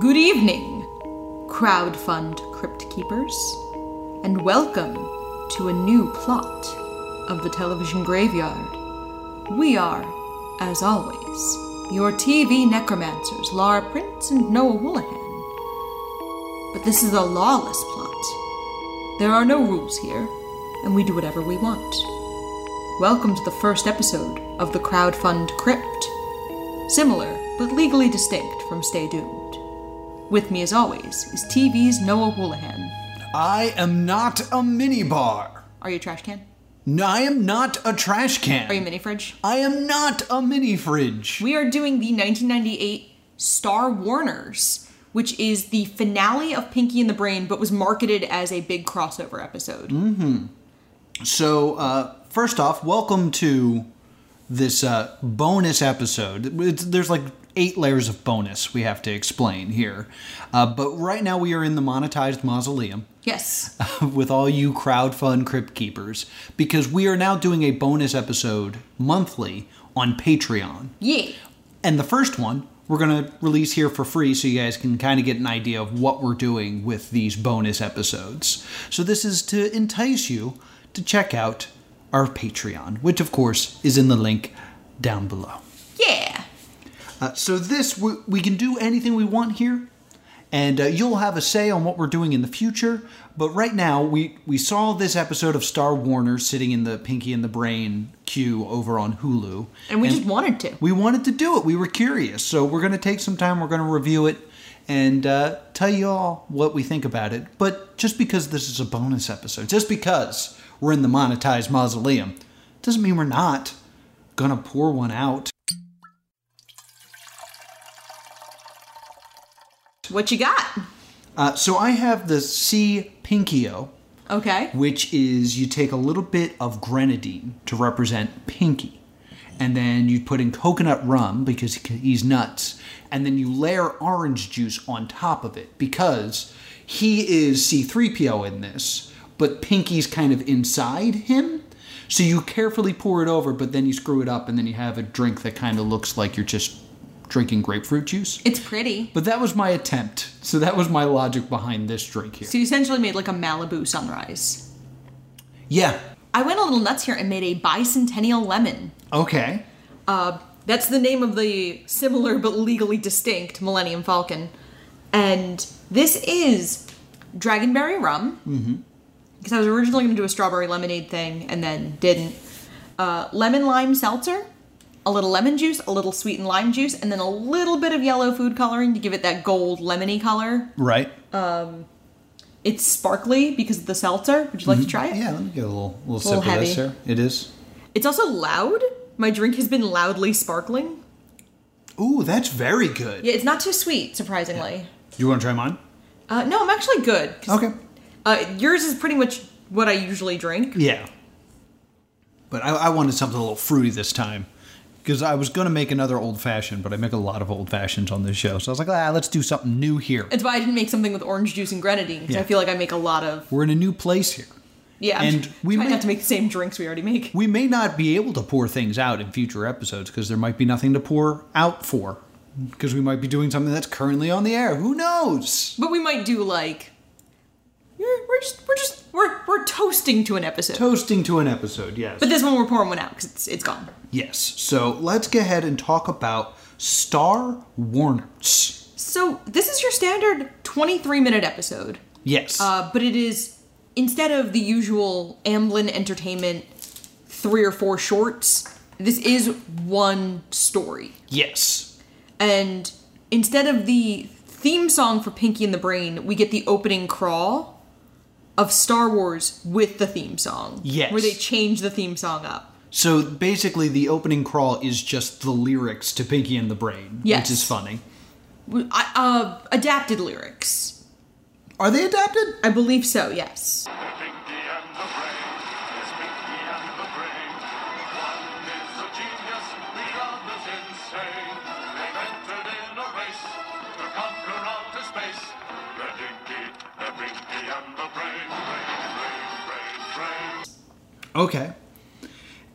Good evening, crowdfund crypt keepers, and welcome to a new plot of the television graveyard. We are, as always, your TV necromancers, Laura Prince and Noah Woolahan. But this is a lawless plot. There are no rules here, and we do whatever we want. Welcome to the first episode of the Crowdfund Crypt similar but legally distinct from Stay Doomed. With me, as always, is TV's Noah Woolahan. I am not a minibar. Are you a trash can? No, I am not a trash Are you a can. mini fridge? I am not a mini fridge. We are doing the 1998 Star Warners, which is the finale of Pinky and the Brain, but was marketed as a big crossover episode. So, uh, first off, welcome to this uh, bonus episode. It's, there's like eight layers of bonus we have to explain here. Uh, but right now, we are in the monetized mausoleum. Yes. with all you crowdfund crypt keepers because we are now doing a bonus episode monthly on Patreon. Yeah. And the first one we're going to release here for free so you guys can kind of get an idea of what we're doing with these bonus episodes. So this is to entice you to check out our Patreon, which of course is in the link down below. Yeah. Uh, so this we, we can do anything we want here and uh, you'll have a say on what we're doing in the future but right now we, we saw this episode of star warner sitting in the pinky and the brain queue over on hulu And we just wanted to. we wanted to do it we were curious so we're going to take some time we're going to review it and uh, tell you all what we think about it but just because this is a bonus episode just because we're in the monetized mausoleum doesn't mean we're not gonna pour one out What you got? Uh, so I have the C. Pinkio, Okay. which is you take a little bit of grenadine to represent Pinky, and then you put in coconut rum because he- he's nuts, and then you layer orange juice on top of it because he is C3PO in this, but Pinky's kind of inside him. So you carefully pour it over, but then you screw it up, and then you have a drink that kind of looks like you're just drinking grapefruit juice. It's pretty. But that was my attempt. So that was my logic behind this drink here. So you essentially made like a Malibu sunrise. Yeah. I went a little nuts here and made a bicentennial lemon. Okay. Uh, that's the name of the similar but legally distinct Millennium Falcon. And this is Dragonberry Rum. Mm-hmm. Because I was originally going to do a strawberry lemonade thing and then didn't. Uh, lemon lime seltzer, a little lemon juice, a little sweetened lime juice, and then a little bit of yellow food coloring to give it that gold lemony color. Right. It's sparkly because of the seltzer. Would you like to try it? Mm-hmm. yeah, let me get a little, little, sip of this heavy. here. It is. It's also loud. My drink has been loudly sparkling. Ooh, that's very good. Yeah, it's not too sweet, surprisingly. You want to try mine? Uh, no, I'm actually good. 'cause, Okay. Uh, yours is pretty much what I usually drink. Yeah. But I, I wanted something a little fruity this time. Because I was going to make another old fashioned, but I make a lot of old fashions on this show. So I was like, ah, let's do something new here. That's why I didn't make something with orange juice and grenadine because I Yeah. feel like I make a lot of We're in a new place here. yeah. I'm And we trying may- not to make the same drinks we already make. We may not be able to pour things out in future episodes because there might be nothing to pour out for. Because we might be doing something that's currently on the air. Who knows? But we might do like we're we're just we're just we're we're toasting to an episode. Toasting to an episode, yes. but this one we're pouring one out because it's it's gone. yes. So let's go ahead and talk about Star Warners. So this is your standard 23 minute episode, Yes. uh, but it is instead of the usual Amblin Entertainment three or four shorts. This is one story. yes. and instead of the theme song for Pinky and the Brain, we get the opening crawl of Star Wars with the theme song. Yes. Where they change the theme song up. So basically, the opening crawl is just the lyrics to Pinky and the Brain, Yes. which is funny. I, uh, adapted lyrics. Are they adapted? I believe so, yes. Pinky and the Brain. Yes, Pinky and the Brain. One is a genius, the other's insane. They've entered in a race to conquer outer space. The Dinky, the Pinky and the Brain. Brain, brain, brain, brain. Okay.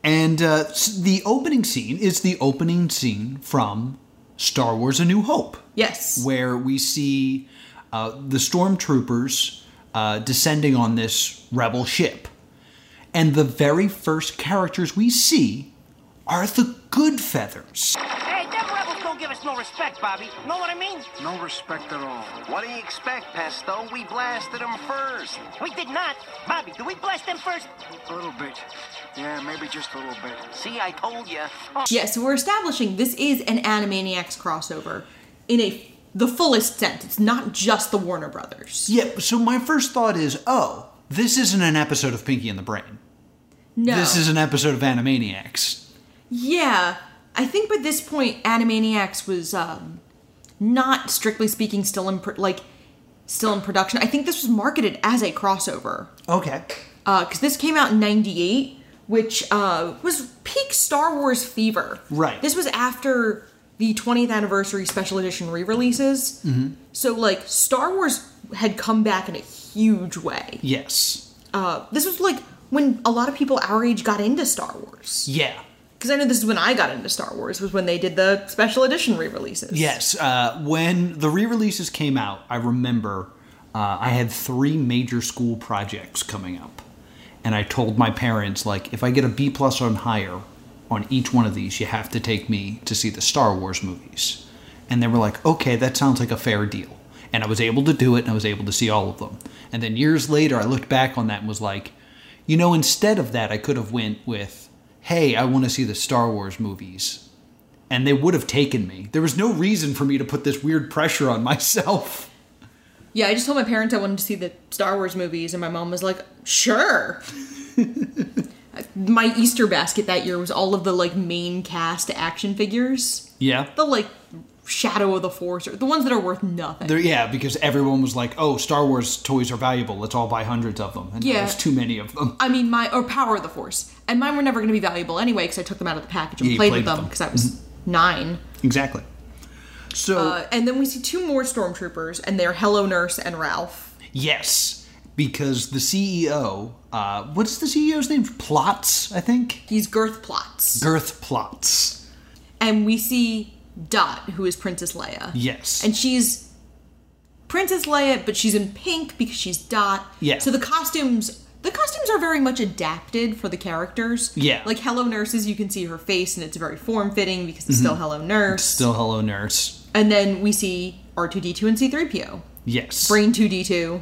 And uh, s- the opening scene is the opening scene from Star Wars A New Hope, Yes. where we see uh, the stormtroopers uh, descending on this rebel ship. And the very first characters we see are the Good Feathers. Hey, them rebels don't give us no respect, Bobby. Know what I mean? No respect at all. What do you expect, Pesto? We blasted them first. We did not. Bobby, did we blast them first? A little bit. Yeah, maybe just a little bit. See, I told you. Yes, so we're establishing this is an Animaniacs crossover in a the fullest sense. It's not just the Warner Brothers. Yeah, so my first thought is oh, this isn't an episode of Pinky and the Brain. No. This is an episode of Animaniacs. Yeah. I think by this point Animaniacs was um not strictly speaking still in pr- like still in production. I think this was marketed as a crossover. Okay. because this came out in 98 which uh, was peak star wars fever Right. this was after the 20th anniversary special edition re-releases mm-hmm. so like star wars had come back in a huge way Yes. uh, this was like when a lot of people our age got into star wars Yeah. because i know this is when i got into star wars was when they did the special edition re-releases Yes. Uh, when the re releases came out, I remember uh, I had three major school projects coming up. And I told my parents, like, if I get a B plus or higher on each one of these, you have to take me to see the Star Wars movies. And they were like, okay, that sounds like a fair deal. And I was able to do it and I was able to see all of them. And then years later, I looked back on that and was like, you know, instead of that, I could have went with, hey, I want to see the Star Wars movies and they would have taken me. There was no reason for me to put this weird pressure on myself. yeah i just told my parents i wanted to see the star wars movies and my mom was like sure my Easter basket that year was all of the like main cast action figures. Yeah. The like Shadow of the Force or the ones that are worth nothing. There, yeah, because everyone was like, "Oh, Star Wars toys are valuable. Let's all buy hundreds of them." And Yeah. there's too many of them. I mean, my or Power of the Force, and mine were never going to be valuable anyway because I took them out of the package and Yeah, you played, played with with them them. because I was nine. Exactly. So Uh, and then we see two more stormtroopers, and they're Hello Nurse and Ralph. yes, because the CEO, uh, what's the CEO's name? Plots, I think. He's Girth Plots, Girth Plots. and we see Dot, who is Princess Leia. Yes. and she's Princess Leia, but she's in pink because she's Dot. Yeah. So the costumes, the costumes are very much adapted for the characters. Yeah. Like Hello Nurses, you can see her face, and it's very form fitting because Mm-hmm. it's still Hello Nurse. Still, hello, nurse. And then we see R two D two and C three PO. Yes. Brain two D two.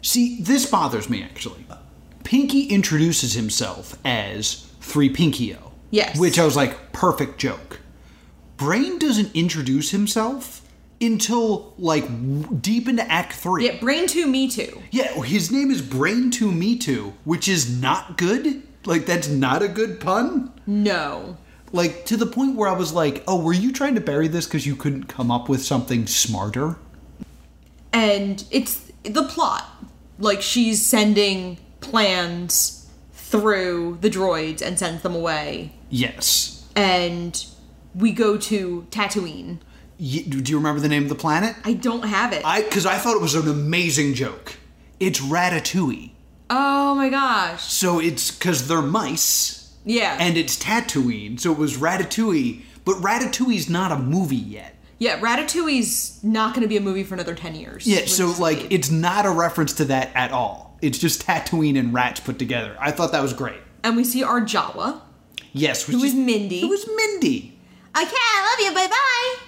See, this bothers me actually. Pinky introduces himself as Three Pinkio. Yes. Which I was like, perfect joke. Brain doesn't introduce himself until like w- deep into Act Three. Yeah. Brain two me too. Yeah, his name is Brain to Me Too, which is not good. Like that's not a good pun. No. Like to the point where I was like, oh, were you trying to bury this because you couldn't come up with something smarter? and it's the plot. Like she's sending plans through the droids and sends them away. Yes. and we go to Tatooine. Y- do you remember the name of the planet? I don't have it. I because I thought it was an amazing joke. It's Ratatouille. oh my gosh. So it's because they're mice, Yeah. and it's Tatooine. So it was Ratatouille, but Ratatouille's not a movie yet. yeah, Ratatouille's not going to be a movie for another 10 years. Yeah. which So is like, weird. it's not a reference to that at all. It's just Tatooine and rats put together. I thought that was great. And we see our Jawa. Yes. Which Who is is- Mindy. Who is Mindy? Okay, I love you. Bye bye.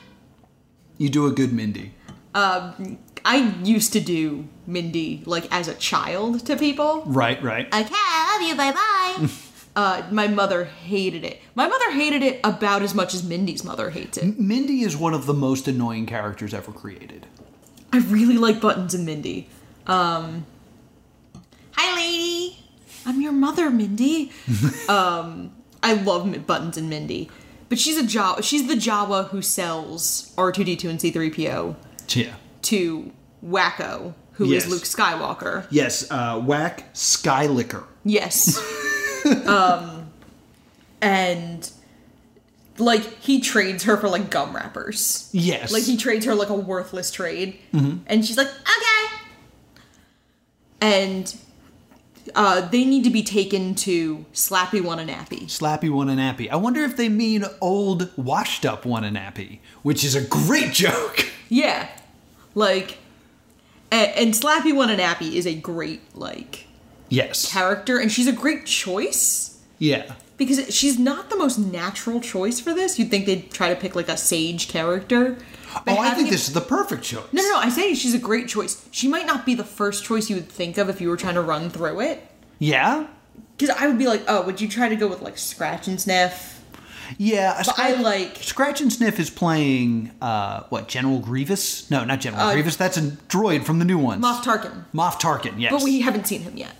You do a good Mindy. I used to do Mindy like as a child to people. Right. Right. Okay, I love you. Bye bye. Uh, my mother hated it. My mother hated it about as much as Mindy's mother hates it. Mindy is one of the most annoying characters ever created. I really like buttons and Mindy. Um, Hi, lady. I'm your mother, Mindy. um, I love Mi- buttons and Mindy, but she's a Jawa. She's the Jawa who sells R2D2 and C3PO Yeah. to Wacko, who is Yes. Luke Skywalker. Yes. Uh, whack Skylicker. Yes. um, and like he trades her for like gum wrappers. Yes. Like he trades her like a worthless trade, and she's like, okay. And Uh, they need to be taken to Slappy One and Appy. Slappy Wananappy. I wonder if they mean old washed up Wananappy, which is a great joke. Yeah, like, and, and Slappy One and Appy is a great like Yes. character, and she's a great choice Yeah. because she's not the most natural choice for this. You'd think they'd try to pick like a sage character. But Oh, I having think it- this is the perfect choice. No, no, no. I say she's a great choice. She might not be the first choice you would think of if you were trying to run through it. Yeah? Because I would be like, oh, would you try to go with like Scratch and Sniff? Yeah. But I like- Scratch and Sniff is playing, uh, what, General Grievous? No, not General Uh, Grievous. That's a droid from the new ones. Moff Tarkin. Moff Tarkin, yes. But we haven't seen him yet.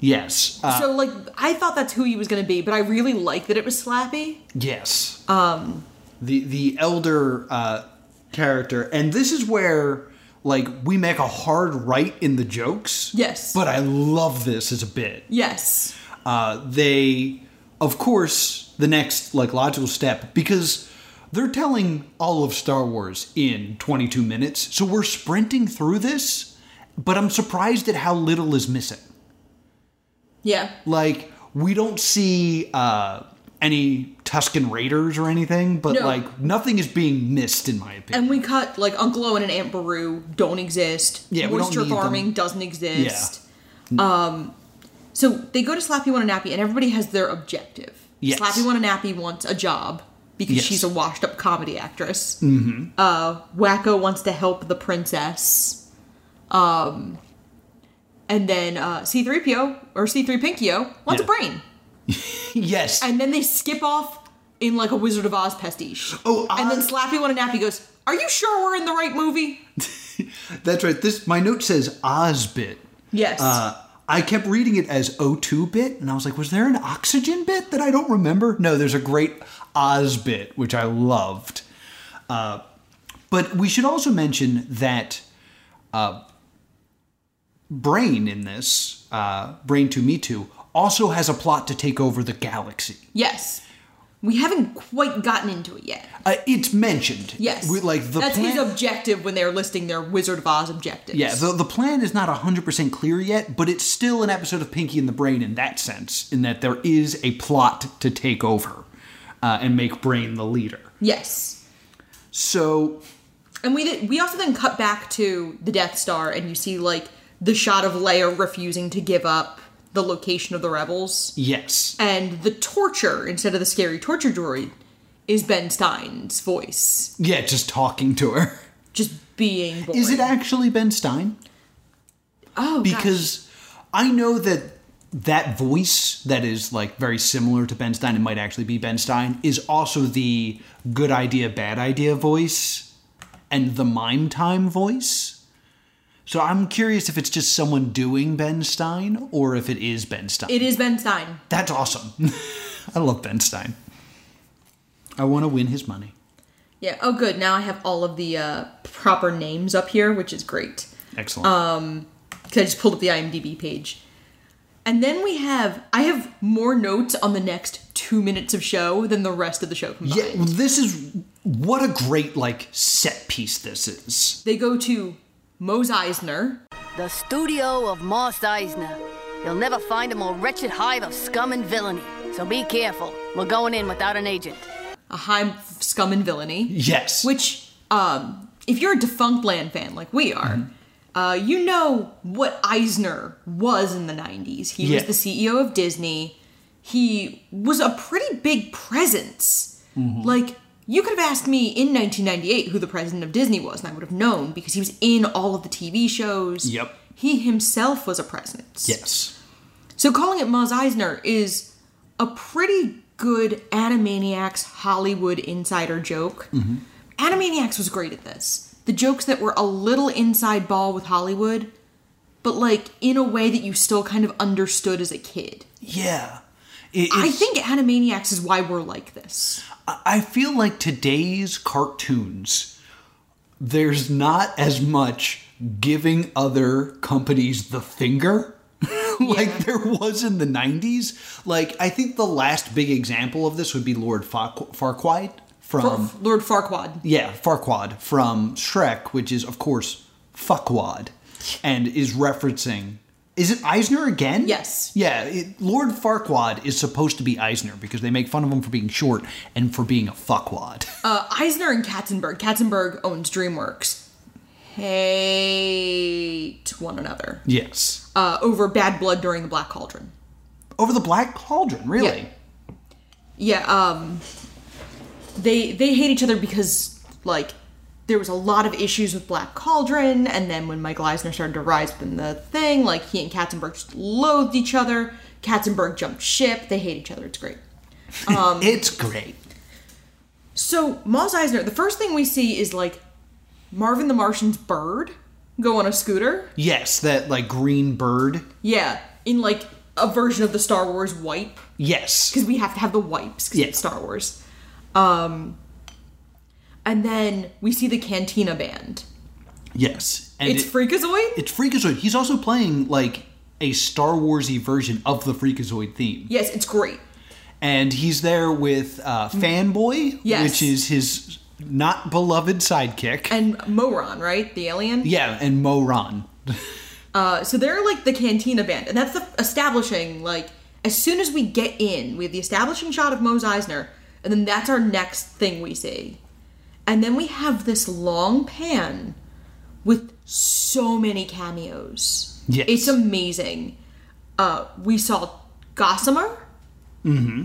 Yes. Uh, so, like, I thought that's who he was going to be, but I really like that it was Slappy. Yes. Um the the elder uh character and this is where like we make a hard right in the jokes. Yes. But I love this as a bit. Yes. Uh they of course the next like logical step because they're telling all of Star Wars in 22 minutes. So we're sprinting through this, but I'm surprised at how little is missing Yeah. like we don't see uh any Tuscan Raiders or anything, but No. Um, like nothing is being missed in my opinion. And we cut, like, Uncle Owen and Aunt Beru don't exist. Yeah, we don't Oyster need them. farming doesn't exist. Um, so they go to Slappy One and Nappy, and everybody has their objective. Yes. Slappy One and Nappy wants a job because Yes. she's a washed up comedy actress. Mm-hmm. Uh, Wacko wants to help the princess. Um, and then uh, C3PO or C3 Pinkio wants a Yeah. brain. yes. And then they skip off in like a Wizard of Oz pastiche. Oh, and then Oz- Slappy One and Nappy goes, Are you sure we're in the right movie? That's right. This my note says Ozbit. Yes. Uh I kept reading it as O2 bit, and I was like, was there an oxygen bit that I don't remember? No, there's a great Oz bit, which I loved. Uh, but we should also mention that uh, Brain in this, uh, Brain to Me Too, also has a plot to take over the galaxy. yes. We haven't quite gotten into it yet. Uh, it's mentioned. Yes. We- like the That's his plan- objective when they're listing their Wizard of Oz objectives. Yeah, the, the plan is not 100% clear yet, but it's still an episode of Pinky and the Brain in that sense, in that there is a plot to take over uh, and make Brain the leader. yes. So, And we did, we also then cut back to the Death Star, and you see like the shot of Leia refusing to give up the location of the rebels, yes. and the torture instead of the scary torture droid is Ben Stein's voice, Yeah, just talking to her. just being. Boring. Is it actually Ben Stein? Oh, gosh. Because I know that that voice that is like very similar to Ben Stein, it might actually be Ben Stein, is also the good idea, bad idea voice and the mime time voice. So I'm curious if it's just someone doing Ben Stein or if it is Ben Stein. it is Ben Stein. That's awesome. I love Ben Stein. I want to win his money. Yeah. Oh, good. Now I have all of the uh, proper names up here, which is great. Excellent. Um, Because I just pulled up the IMDb page. And then we have I have more notes on the next two minutes of show than the rest of the show combined. yeah, well, this is what a great like set piece this is. They go to Mose Eisner. The studio of Moss Eisner. You'll never find a more wretched hive of scum and villainy. So be careful. We're going in without an agent. a high scum and villainy. Yes. Which, um, if you're a defunct land fan like we are, Mm-hmm. uh, you know what Eisner was in the 90s. He Yeah. was the CEO of Disney. He was a pretty big presence. Mm-hmm. Like, you could have asked me in 1998 who the president of Disney was, and I would have known because he was in all of the TV shows. Yep. He himself was a presence. Yes. So calling it Muzz Eisner is a pretty good Animaniacs Hollywood insider joke. Animaniacs was great at this. The jokes that were a little inside ball with Hollywood, but like in a way that you still kind of understood as a kid. Yeah. It, I it's- think Animaniacs is why we're like this. I I feel like today's cartoons, there's not as much giving other companies the finger. like there was in the 90s. Like, I think the last big example of this would be Lord Farqu- Farquaad from. Lord Farquaad. Yeah, Farquad from Shrek, which is of course Fuckwad, and is referencing Is it Eisner again? Yes. Yeah, it, Lord Farquaad is supposed to be Eisner because they make fun of him for being short and for being a fuckwad. Uh, Eisner and Katzenberg. Katzenberg owns DreamWorks. Hate one another yes. uh, over bad blood during the Black Cauldron. Over the Black Cauldron, really? Yeah. Yeah, um they they hate each other because like there was a lot of issues with Black Cauldron, and then when Michael Eisner started to rise within the thing, like he and Katzenberg just loathed each other. Katzenberg jumped ship. They hate each other. It's great. Um, it's great. So Moss Eisner, the first thing we see is like Marvin the Martian's bird go on a scooter. Yes, that like green bird. Yeah, in like a version of the Star Wars wipe. Yes. because we have to have the wipes because Yeah. it's Star Wars. Um, and then we see the Cantina band. Yes. And it's it- Freakazoid. It's Freakazoid. He's also playing like a Star Warsy version of the Freakazoid theme, yes, it's great. and he's there with uh, Fanboy, Yes. which is his not beloved sidekick. And Moron, right? The alien. yeah, and Moron. Uh, so they're like the Cantina band, and that's the establishing. Like as soon as we get in, we have the establishing shot of Mose Eisner, and then that's our next thing we see. And then we have this long pan with so many cameos. Yes. It's amazing. Uh, we saw Gossamer. Mm-hmm. Um,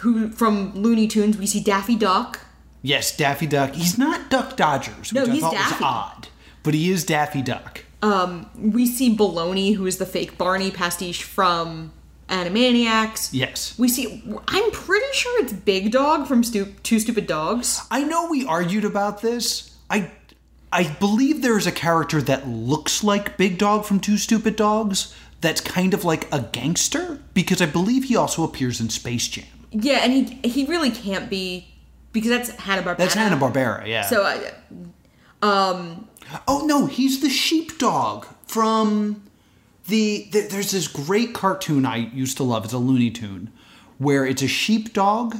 who from Looney Tunes? We see Daffy Duck. Yes, Daffy Duck. He's not Duck Dodgers, which No, I he's thought was Daffy. Uh, odd, but he is Daffy Duck. We see Baloney, who is the fake Barney pastiche from Animaniacs. yes, We see. I'm pretty sure it's Big Dog from Stu- Two Stupid Dogs. I know we argued about this. I I believe there is a character that looks like Big Dog from Two Stupid Dogs that's kind of like a gangster because I believe he also appears in Space Jam. Yeah, and he he really can't be because that's Hanna Barbera. That's Hanna Barbera, yeah. So I, oh no, he's the sheepdog from the th- there's this great cartoon I used to love. It's a Looney Tune where it's a sheepdog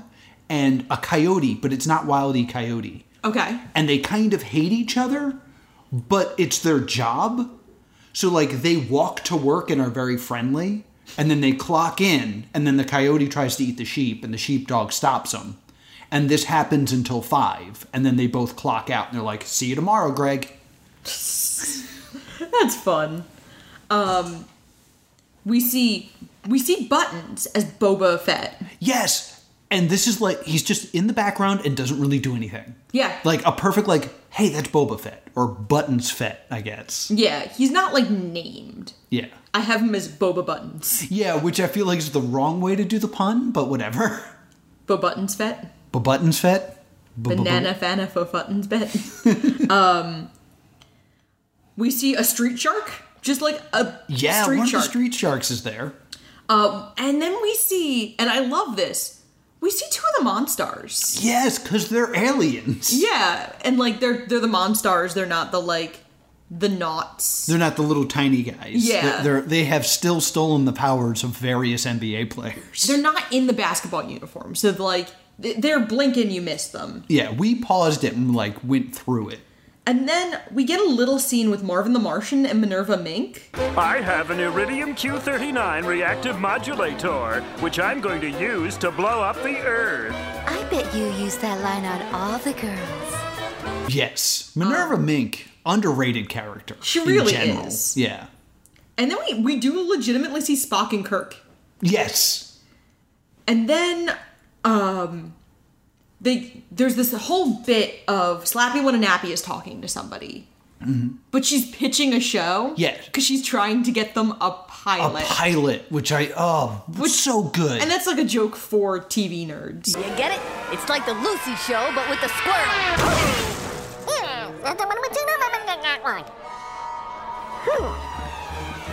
and a coyote, but it's not Wile E. Coyote. okay, and they kind of hate each other, but it's their job. So like they walk to work and are very friendly, and then they clock in, and then the coyote tries to eat the sheep, and the sheepdog stops him. And this happens until five, and then they both clock out, and they're like, "See you tomorrow, Greg." that's fun. Um, we see we see Buttons as Boba Fett. Yes. And this is like he's just in the background and doesn't really do anything. Yeah. Like a perfect like, hey, that's Boba Fett or Buttons Fett, I guess. Yeah, he's not like named. Yeah. I have him as Boba Buttons. Yeah, which I feel like is the wrong way to do the pun, but whatever. Bo Buttons Fett. Buttons Fett? B- b- Banana Fana for Buttons Bet. um, we see a street shark, just like a Yeah, street one shark. of the Street Sharks is there. Um, and then we see, and I love this. We see two of the Monstars. Yes, because they're aliens. Yeah, and like they're they're the Monstars. They're not the like the Knots. They're not the little tiny guys. Yeah. They're, they're, they have still stolen the powers of various NBA players. They're not in the basketball uniform. So like th- they're blinking, you miss them. yeah, we paused it and like went through it. And then we get a little scene with Marvin the Martian and Minerva Mink. I have an Iridium Q39 reactive modulator, which I'm going to use to blow up the Earth. I bet you use that line on all the girls. Yes. Minerva Mink, underrated character. Um, She in really general. is. Yeah. And then we we do legitimately see Spock and Kirk. Yes. And then um they there's this whole bit of Slappy Wananappy is talking to somebody. Mm-hmm. But she's pitching a show. Yeah. Because she's trying to get them a A pilot. pilot, which I, oh, Which- so good. and that's like a joke for TV nerds. You get it? It's like the Lucy show, but with the squirrel.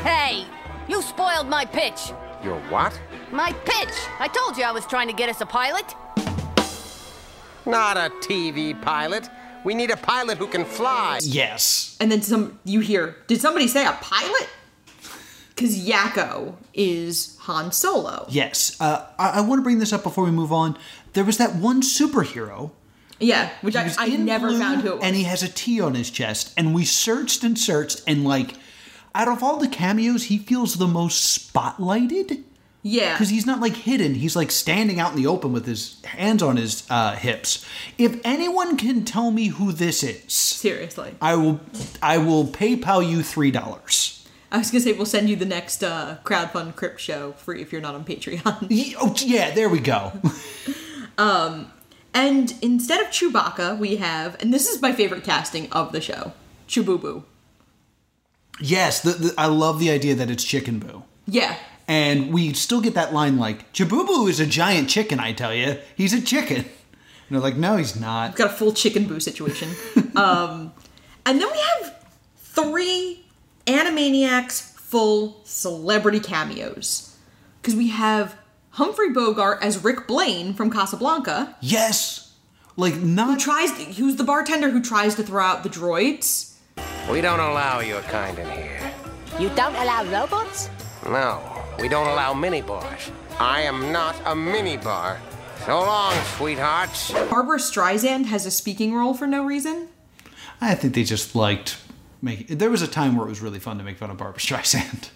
Hey, you spoiled my pitch. Your what? My pitch! I told you I was trying to get us a pilot. Not a TV pilot. We need a pilot who can fly. yes. And then some you hear, did somebody say a pilot? Cause Yakko is Han Solo. Yes. Uh, I, I want to bring this up before we move on. There was that one superhero Yeah, which He I, was I in never blue, found who it was. And he has a T on his chest. And we searched and searched, and like, out of all the cameos, he feels the most spotlighted Yeah. because he's not like hidden. He's like standing out in the open with his hands on his uh, hips. If anyone can tell me who this is, Seriously. I will. I will PayPal you three dollars. I was gonna say we'll send you the next uh, crowdfund crypt show free if you're not on Patreon. Oh yeah, there we go. and instead of Chewbacca, we have, and this is my favorite casting of the show, Chewboo. yes, the, the, I love the idea that it's Chicken Boo. Yeah, And we still get that line like, Jabubu is a giant chicken, I tell you. He's a chicken. And they're like, no, he's not. got a full chicken boo situation. um, and then we have three Animaniacs full celebrity cameos because we have Humphrey Bogart as Rick Blaine from Casablanca. Yes. Like, Who not. tries? To, who's the bartender who tries to throw out the droids? We don't allow your kind in here. You don't allow robots? No, we don't allow mini bars. I am not a mini bar. So long, sweethearts. Barbara Streisand has a speaking role for no reason. I think they just liked making. There was a time where it was really fun to make fun of Barbara Streisand.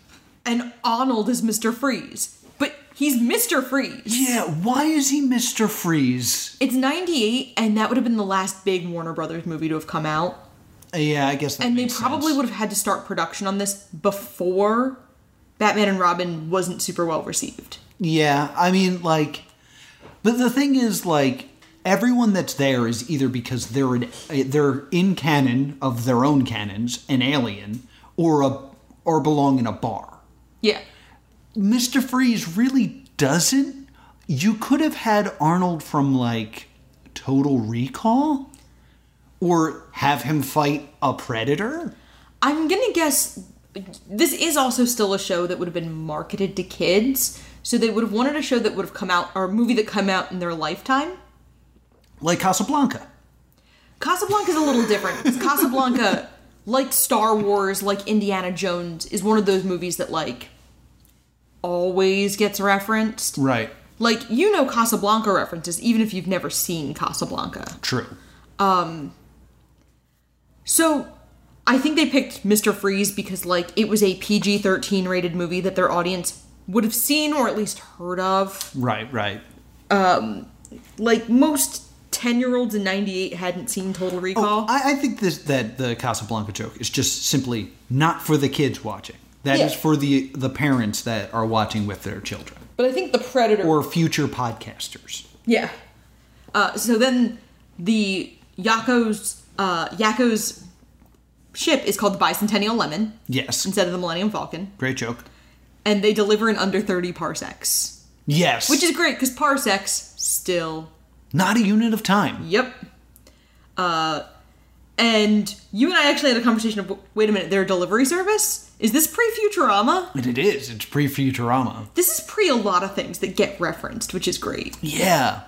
And Arnold is Mr. Freeze, but he's Mr. Freeze. Yeah, why is he Mr. Freeze? It's 98, and that would have been the last big Warner Brothers movie to have come out. Uh, Yeah, I guess that and they makes probably sense. would have had to start production on this before Batman and Robin wasn't super well received. Yeah, I mean, like, but the thing is, like, everyone that's there is either because they're an, they're in canon of their own canons, an alien, or a or belong in a bar. Yeah. Mister Freeze really doesn't. You could have had Arnold from like Total Recall, or have him fight a predator. I'm going to guess this is also still a show that would have been marketed to kids. So they would have wanted a show that would have come out, or a movie that come out in their lifetime. like Casablanca. Casablanca is a little different. 'cause Casablanca, like Star Wars, like Indiana Jones, is one of those movies that like always gets referenced. Right. Like you know Casablanca references even if you've never seen Casablanca. True. So I think they picked Mr. Freeze because like it was a PG-13 rated movie that their audience would have seen or at least heard of. Right. Right. Like most 10-year-olds in 98 hadn't seen Total Recall. Oh, I, I think this, that the Casablanca joke is just simply not for the kids watching. That is Yeah. for the the parents that are watching with their children but I think the Predator or future podcasters. Yeah. Uh, so then the Yakko's uh, Yakko's ship is called the Bicentennial Lemon Yes, instead of the Millennium Falcon, great joke. and they deliver in under thirty parsecs, Yes, which is great because parsecs still. not a unit of time. Yep. Uh, and you and I actually had a conversation of wait a minute, their delivery service is this pre Futurama? And it is. It's pre Futurama. This is pre a lot of things that get referenced, which is great. Yeah.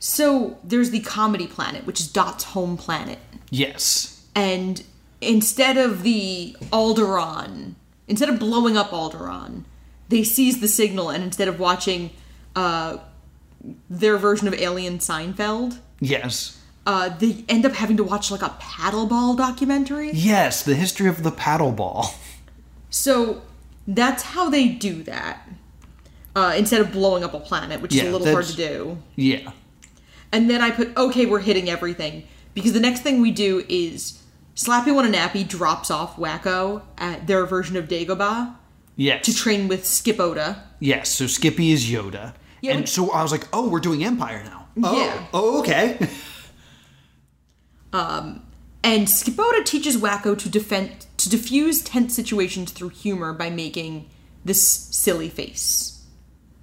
So there's the comedy planet, which is Dot's home planet. Yes. and instead of the Alderon, instead of blowing up Alderon, they seize the signal, and instead of watching uh, their version of Alien Seinfeld, Yes. uh, they end up having to watch like a paddleball documentary. Yes. The history of the paddle ball. So that's how they do that. Uh, instead of blowing up a planet, which is Yeah, a little hard that's- to do. Yeah. And then I put, okay, we're hitting everything. Because the next thing we do is Slappy One and Nappy drops off Wacko at their version of Dagobah. Yes. to train with Skip Oda. yes. So Skippy is Yoda. Yeah, and but- so I was like, oh, we're doing Empire now. Oh, Yeah. oh okay. And Skip Oda teaches Wacko to defend to diffuse tense situations through humor by making this silly face.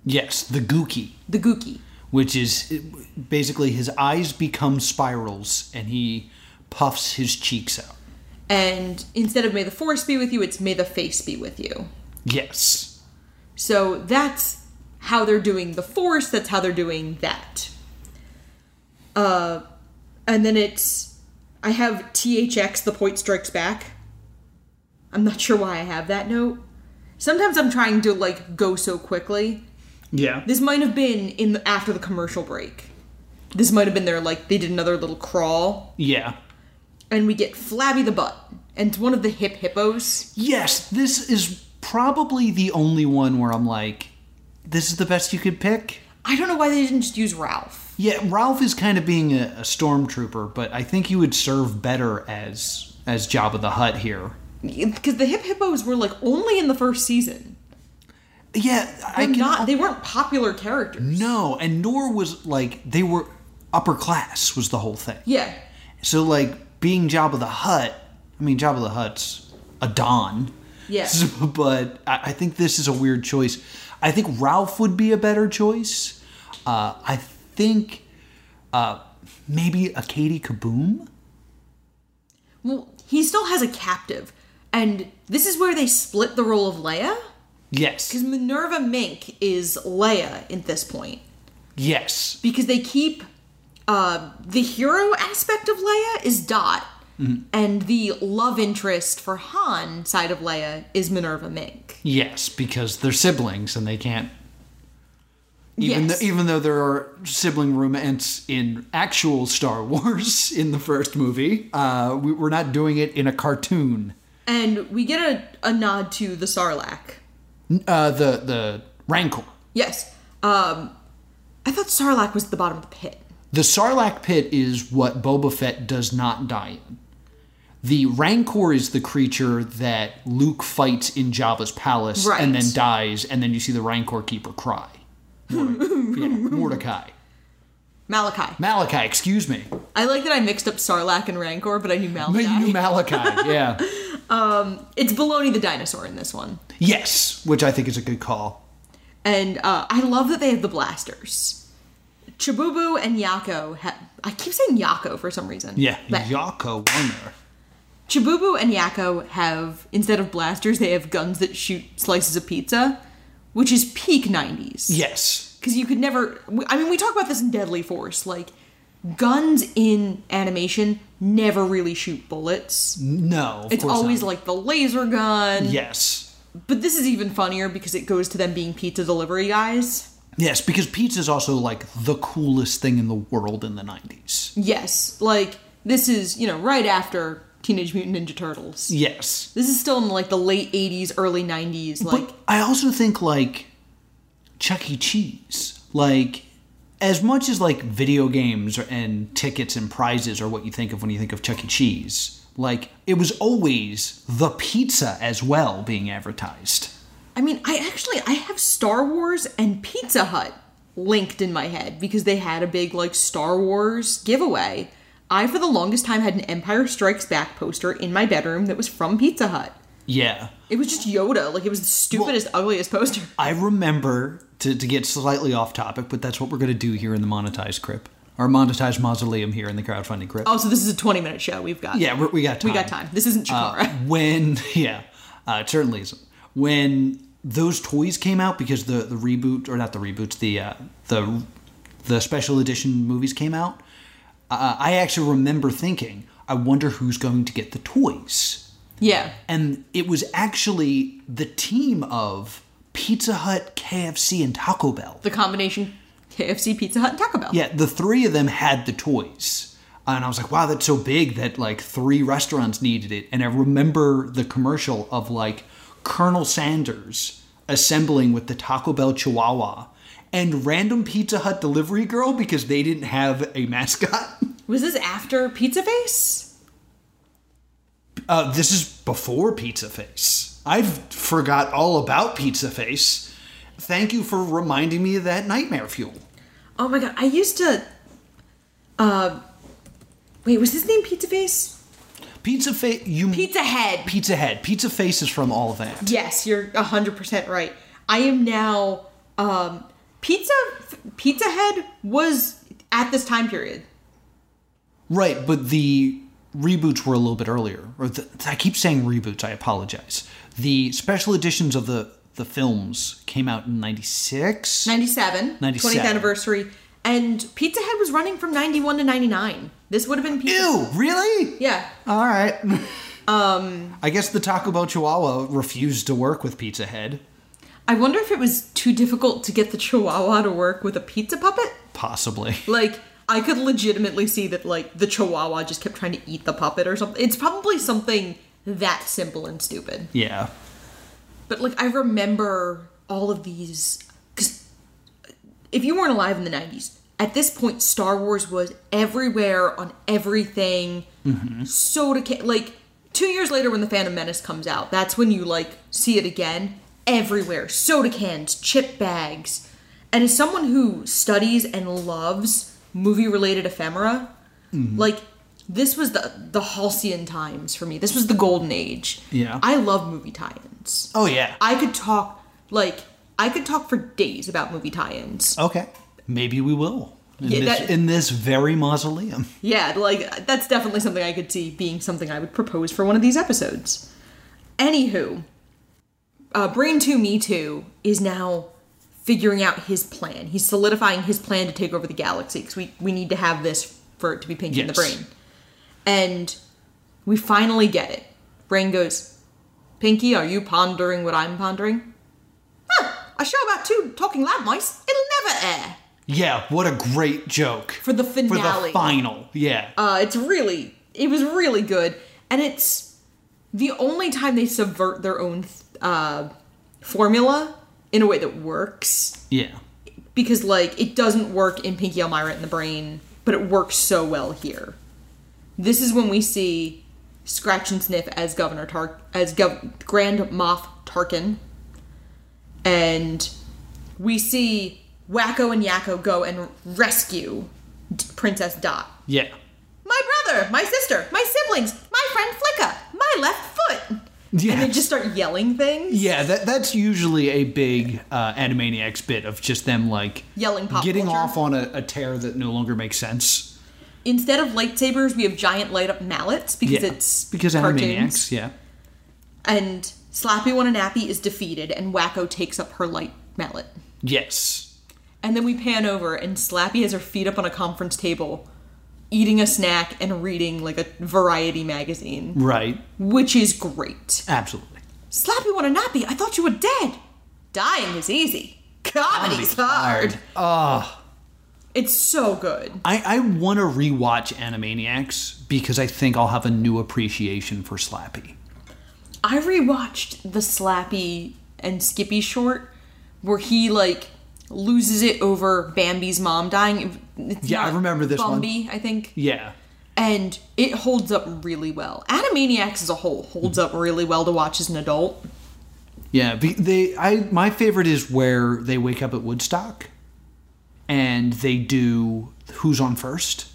yes, the Gookie. The gookie. which is basically his eyes become spirals and he puffs his cheeks out. And instead of may the force be with you, it's may the face be with you. Yes. So that's how they're doing the force, that's how they're doing that. Uh and then it's I have THX the point strikes back. I'm not sure why I have that note. Sometimes I'm trying to like go so quickly. Yeah. This might have been in the, after the commercial break. This might have been their like they did another little crawl yeah. and we get Flabby the Butt, and one of the hip hippos. Yes, this is probably the only one where I'm like, this is the best you could pick. I don't know why they didn't just use Ralph. Yeah, Ralph is kind of being a, a stormtrooper, but I think he would serve better as as Jabba the Hutt here. Because the hip hippos were like only in the first season. Yeah, I can, not. They weren't popular characters. No, and nor was like they were upper class was the whole thing. Yeah. So like being Jabba the Hutt, I mean Jabba the Hutt's a don. Yeah. but I, I think this is a weird choice. I think Ralph would be a better choice. Uh, I think uh, maybe a Katie Kaboom. Well, he still has a captive, and this is where they split the role of Leia. Yes. Because Minerva Mink is Leia at this point. Yes. Because they keep uh, the hero aspect of Leia is Dot, Mhm. and the love interest for Han side of Leia is Minerva Mink. Yes, because they're siblings and they can't. Even Yes. though, even though there are sibling romance in actual Star Wars in the first movie, uh, we, we're not doing it in a cartoon. And we get a, a nod to the Sarlacc. Uh, the the Rancor, Yes. Um, I thought Sarlacc was at the bottom of the pit. the Sarlacc pit is what Boba Fett does not die in. The Rancor is the creature that Luke fights in Jabba's palace Right. and then dies, and then you see the Rancor keeper cry. Mordecai, Malachi. Malachi, excuse me. I like that I mixed up Sarlacc and Rancor, but I knew Malachi. You knew Malachi, yeah. Um, it's Baloney the dinosaur in this one. Yes, which I think is a good call. And uh, I love that they have the blasters. Chibubu and Yako. Ha- I keep saying Yako for some reason. Yeah, But Yako Warner. Chibubu and Yako have, instead of blasters, they have guns that shoot slices of pizza, which is peak 90s. Yes. Because you could never. I mean, we talk about this in Deadly Force. Like, guns in animation never really shoot bullets. No, of it's course always not. like the laser gun. yes, But this is even funnier because it goes to them being pizza delivery guys. yes, because pizza is also like the coolest thing in the world in the nineties. Yes, like this is, you know, right after Teenage Mutant Ninja Turtles. Yes, This is still in like the late 80s, early 90s. Like, but I also think like Chuck E. Cheese, like as much as like video games and tickets and prizes are what you think of when you think of Chuck E. Cheese. Like it was always the pizza as well being advertised. I mean, I actually I have Star Wars and Pizza Hut linked in my head because they had a big like Star Wars giveaway. I for the longest time had an Empire Strikes Back poster in my bedroom that was from Pizza Hut. Yeah. It was just Yoda, like it was the stupidest, ugliest poster. I remember to, to get slightly off topic, but that's what we're going to do here in the monetized crypt, our monetized mausoleum here in the crowdfunding crypt. Oh, so this is a 20 minute show we've got. yeah, we, we got time. We got time. This isn't Chikara. Uh, when yeah, uh, it certainly isn't. When those toys came out, because the the reboot or not the reboots, the uh, the the special edition movies came out, uh, I actually remember thinking, I wonder who's going to get the toys. yeah. And it was actually the team of Pizza Hut, KFC, and Taco Bell. The combination KFC, Pizza Hut, and Taco Bell. Yeah, the three of them had the toys. And I was like, wow, that's so big that like three restaurants needed it. And I remember the commercial of like Colonel Sanders assembling with the Taco Bell Chihuahua and random Pizza Hut delivery girl because they didn't have a mascot. Was this after Pizza Face? Uh, this is before Pizza Face. I've forgot all about Pizza Face. Thank you for reminding me of that nightmare fuel. Oh my god, I used to. Uh, wait, was his name Pizza Face? Pizza Face, you Pizza Head. Pizza Head. Pizza Face is from all that. Yes, you're hundred percent right. I am now. Um, pizza Pizza Head was at this time period. Right, but the reboots were a little bit earlier. Or the, I keep saying reboots. I apologize. The special editions of the the films came out in '96. 97, 97. 20th anniversary, and Pizza Head was running from 91 to 99. This would have been Pizza Ew, really? Yeah. All right. Um, I guess the Taco Bell Chihuahua refused to work with Pizza Head. I wonder if it was too difficult to get the Chihuahua to work with a pizza puppet. Possibly. Like, I could legitimately see that, like, the Chihuahua just kept trying to eat the puppet or something. It's probably something that simple and stupid. Yeah. But like I remember all of these cuz if you weren't alive in the 90s, at this point Star Wars was everywhere on everything. Mhm. So to ca- like 2 years later when the Phantom Menace comes out, that's when you like see it again everywhere. Soda cans, chip bags. And as someone who studies and loves movie related ephemera, Mhm. like this was the the halcyon times for me. This was the golden age. Yeah. I love movie tie-ins. Oh, yeah. I could talk like I could talk for days about movie tie-ins. Okay. Maybe we will. In, Yeah, this, that- in this very mausoleum. Yeah, like that's definitely something I could see being something I would propose for one of these episodes. Anywho, uh, Brain Two Me Two is now figuring out his plan. He's solidifying his plan to take over the galaxy because we we need to have this for it to be Pinky in the Yes. Brain, and we finally get it. Brain goes, Pinky, are you pondering what I'm pondering? Huh, a show about two talking lab mice. It'll never air. Yeah, what a great joke. For the For finale. the final. Yeah. Uh, it's really, it was really good, and it's the only time they subvert their own uh, formula in a way that works Yeah. because, like, it doesn't work in Pinky Elmira and the Brain, but it works so well here. This is when we see Scratch and Sniff as Governor Tark as Gov- Grand Moff Tarkin, and we see Wacko and Yakko go and rescue D- Princess Dot. Yeah. My brother, my sister, my siblings, my friend Flicka, my left foot. And they just start yelling things, Yeah, that, that's usually a big uh, Animaniacs bit of just them like yelling pop getting culture. off on a, a tear that no longer makes sense. Instead of lightsabers, we have giant light up mallets because yeah. it's because cartoons. Animaniacs, yeah. And Slappy One and Nappy is defeated, and Wacko takes up her light mallet. Yes. And then we pan over, and Slappy has her feet up on a conference table, eating a snack and reading like a variety magazine, Right. which is great. Absolutely. Slappy want a nappy. I thought you were dead. Dying is easy. Comedy's hard. Ah. It's so good. I, I want to rewatch Animaniacs because I think I'll have a new appreciation for Slappy. I rewatched the Slappy and Skippy short where he like loses it over Bambi's mom dying. It's Yeah, I not remember this one. Bambi, I think. Yeah. And it holds up really well. Animaniacs as a whole holds up really well to watch as an adult. Yeah, be- they. I my favorite is where they wake up at Woodstock, and they do who's on first.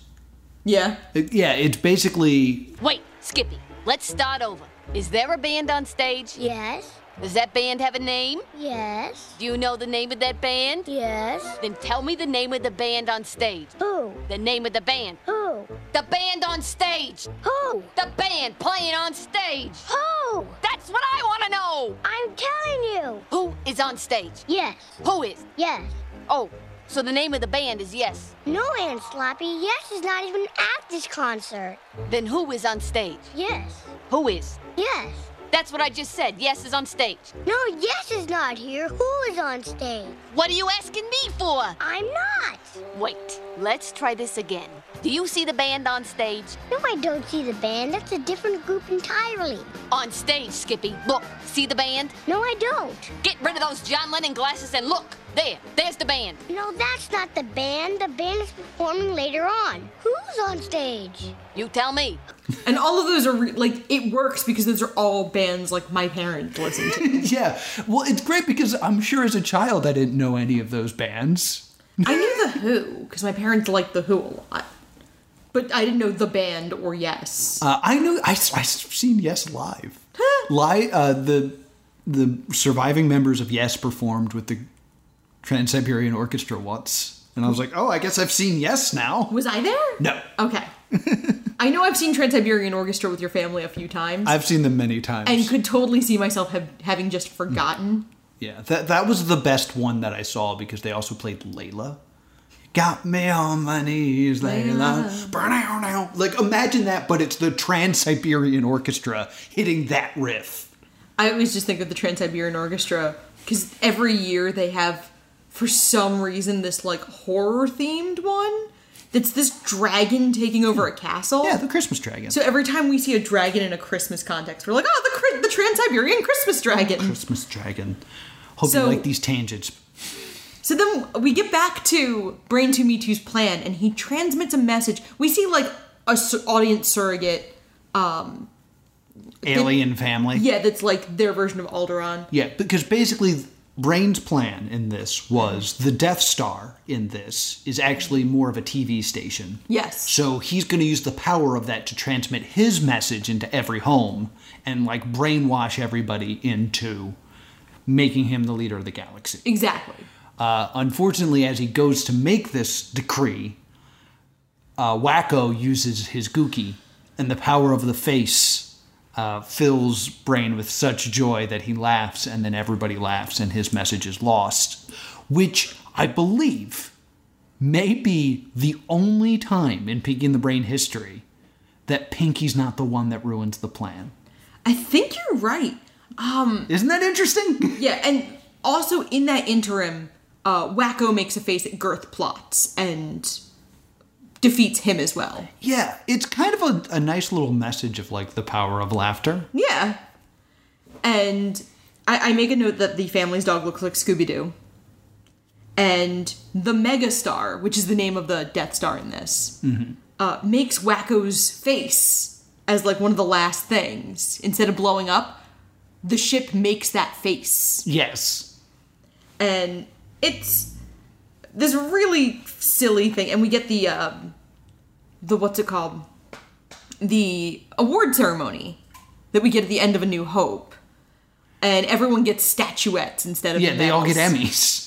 Yeah. It- yeah, it's basically Wait, Skippy, let's start over. Is there a band on stage? Yes. Does that band have a name? Yes. Do you know the name of that band? Yes. Then tell me the name of the band on stage. Who? The name of the band. Who? The band on stage. Who? The band playing on stage. Who? That's what I want to know. I'm telling you. Who is on stage? Yes. Who is? Yes. Oh, so the name of the band is Yes. No, Aunt Sloppy. Yes is not even at this concert. Then who is on stage? Yes. Who is? Yes. That's what I just said. Yes is on stage. No, Yes is not here. Who is on stage? What are you asking me for? I'm not. Wait, let's try this again. Do you see the band on stage? No, I don't see the band. That's a different group entirely. On stage, Skippy. Look, see the band? No, I don't. Get rid of those John Lennon glasses and look. There, there's the band. No, that's not the band. The band is performing later on. Who's on stage? You tell me. And all of those are re- like it works because those are all bands like my parents listen to. yeah. Well, it's great because I'm sure as a child I didn't know any of those bands. I knew the Who because my parents liked the Who a lot, but I didn't know the band or Yes. Uh, I knew I have seen Yes live. live uh, the the surviving members of Yes performed with the Trans Siberian Orchestra once, and I was like, oh, I guess I've seen Yes now. Was I there? No, Okay. I know I've seen Trans Siberian Orchestra with your family a few times, I've seen them many times. and could totally see myself have, having just forgotten. Yeah, that that was the best one that I saw because they also played Layla. Got me on my knees, Layla. Burn out now. Like imagine that, but it's the Trans Siberian Orchestra hitting that riff. I always just think of the Trans Siberian Orchestra because every year they have, for some reason, this like horror themed one That's this dragon taking over a castle. Yeah, the Christmas dragon. So every time we see a dragon in a Christmas context, we're like, oh, the Chri- the Trans Siberian Christmas dragon. Christmas dragon. Hope So- you like these tangents. So then we get back to Brain 2 Me 2's plan, and he transmits a message. We see like a s- audience surrogate, um, Alien family. yeah, that's like their version of Alderaan. Yeah, because basically, Brain's plan in this was the Death Star in this is actually more of a TV station. Yes. So he's going to use the power of that to transmit his message into every home and like brainwash everybody into making him the leader of the galaxy. Exactly. Uh, unfortunately, as he goes to make this decree, uh, Wacko uses his gookie, and the power of the face uh, fills Brain with such joy that he laughs, and then everybody laughs, and his message is lost. Which I believe may be the only time in Pinky and the Brain history that Pinky's not the one that ruins the plan. I think you're right. Um, Isn't that interesting? yeah, and also in that interim, uh, Wacko makes a face at Girth Plots and defeats him as well. Yeah, it's kind of a, a nice little message of like the power of laughter. Yeah. And I, I make a note that the family's dog looks like Scooby Doo. And the Megastar, which is the name of the Death Star in this, Mm-hmm. uh, makes Wacko's face as like one of the last things. Instead of blowing up, the ship makes that face. Yes. And it's this really silly thing. And we get the, um, the what's it called? The award ceremony that we get at the end of A New Hope. And everyone gets statuettes instead of Yeah, they all get medals. Emmys.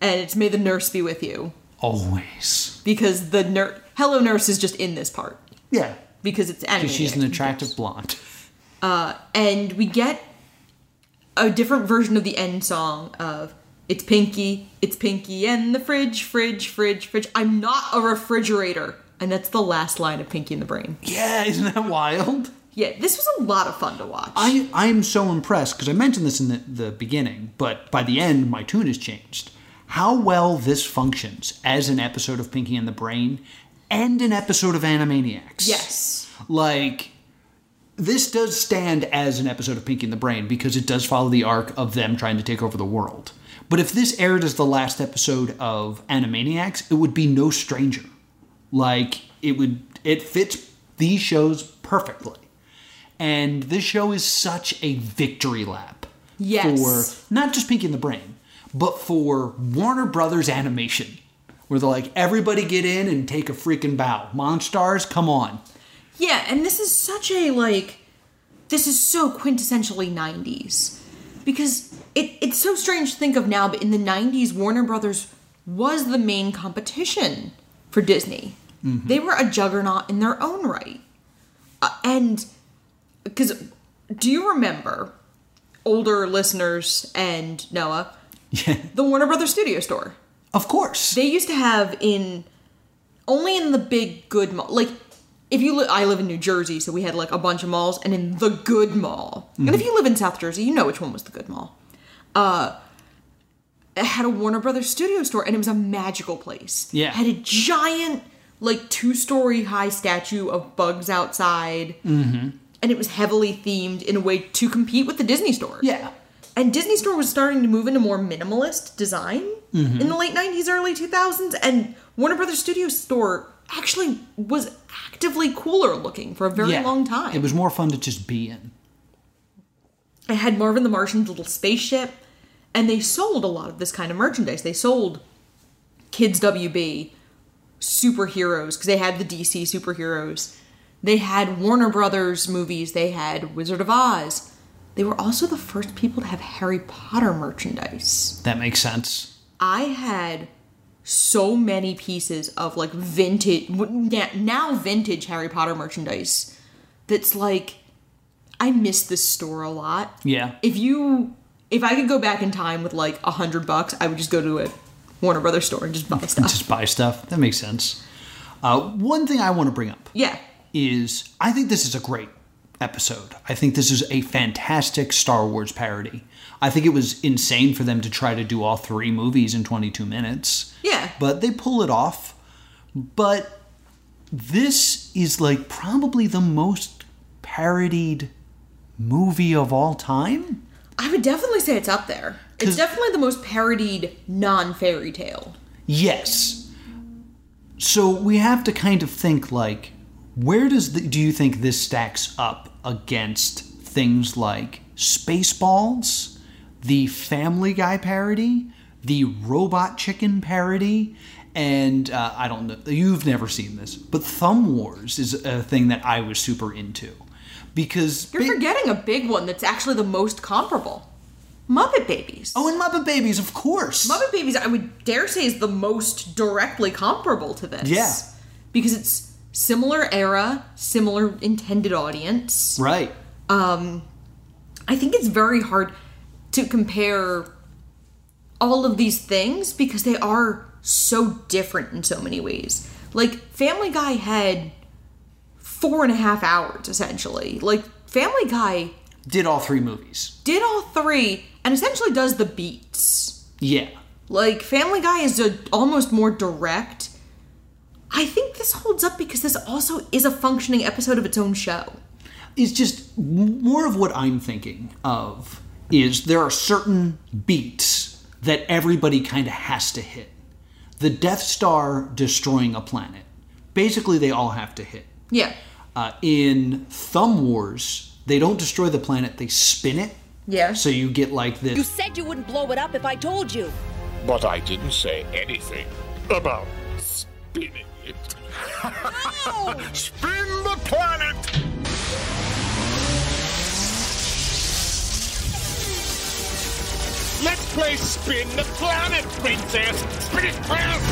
And it's May the Nurse Be With You. Always. Because the nurse, Hello Nurse is just in this part. Yeah. Because it's animated. Because she's an attractive blonde. Uh, and we get a different version of the end song of it's Pinky, it's Pinky, and the fridge, fridge, fridge, fridge. I'm not a refrigerator. And that's the last line of Pinky in the Brain. Yeah, isn't that wild? Yeah, this was a lot of fun to watch. I, I am so impressed because I mentioned this in the, the beginning, but by the end, my tune has changed. How well this functions as an episode of Pinky and the Brain and an episode of Animaniacs. Yes. Like, this does stand as an episode of Pinky and the Brain because it does follow the arc of them trying to take over the world. But if this aired as the last episode of Animaniacs, it would be no stranger. Like, it would, it fits these shows perfectly. And this show is such a victory lap Yes. for not just Pinky and the Brain, but for Warner Brothers animation, where they're like, everybody get in and take a freaking bow. Monstars, come on. Yeah, and this is such a like this is so quintessentially 90s because it it's so strange to think of now but in the 90s Warner Brothers was the main competition for Disney. Mhm. They were a juggernaut in their own right. Uh, and cuz do you remember older listeners and Noah the Warner Brothers Studio Store? Of course. They used to have in only in the big good mall. Like if you li- I live in New Jersey, so we had like a bunch of malls, and in the good mall, and if Mhm. you live in South Jersey, you know which one was the good mall. Uh, it had a Warner Brothers Studio store, and it was a magical place. Yeah. had a giant like two story high statue of bugs outside Mm-hmm. and it was heavily themed in a way to compete with the Disney Store. Yeah. And Disney Store was starting to move into more minimalist design Mm-hmm. Mhm. in the late 90s, early 2000s, and Warner Brothers Studio Store actually was actively cooler looking for a very Yeah. long time. It was more fun to just be in. It had Marvin the Martian's little spaceship, and they sold a lot of this kind of merchandise. They sold Kids WB superheroes because they had the DC superheroes. They had Warner Brothers movies. They had Wizard of Oz. They were also the first people to have Harry Potter merchandise. That makes sense. I had so many pieces of like vintage, na- now vintage Harry Potter merchandise that's like, I miss this store a lot Yeah. if you if I could go back in time with like a hundred bucks, I would just go to a Warner Brothers store and just buy stuff. Just buy stuff. That makes sense. Uh, one thing I want to bring up Yeah. is I think this is a great episode. I think this is a fantastic Star Wars parody. I think it was insane for them to try to do all three movies in 22 minutes. Yeah. But they pull it off. But this is like probably the most parodied movie of all time. I would definitely say it's up there. It's definitely the most parodied non fairy tale. Yes. So we have to kind of think like, where does the, do you think this stacks up against things like Spaceballs, the Family Guy parody, the Robot Chicken parody, and uh, I don't know, you've never seen this, but Thumb Wars is a thing that I was super into because You're forgetting a big one that's actually the most comparable Muppet Babies. Oh, and Muppet Babies, of course. Muppet Babies, I would dare say, is the most directly comparable to this. Yeah. Because it's similar era, similar intended audience. right. Um, I think it's very hard to compare all of these things because they are so different in so many ways. Like, Family Guy had four and a half hours essentially. Like, Family Guy Did all three movies. did all three and essentially does the beats. Yeah. Like Family Guy is a, almost more direct. I think this holds up because this also is a functioning episode of its own show. It's just more of what I'm thinking of is there are certain beats that everybody kind of has to hit. The Death Star destroying a planet. Basically, they all have to hit. Yeah. Uh, in Thumb Wars, they don't destroy the planet; they spin it. Yeah. So you get like You this. said you wouldn't blow it up if I told you. But I didn't say anything about spinning it. Spin the planet! Let's play Spin the Planet, Princess! Spin it fast!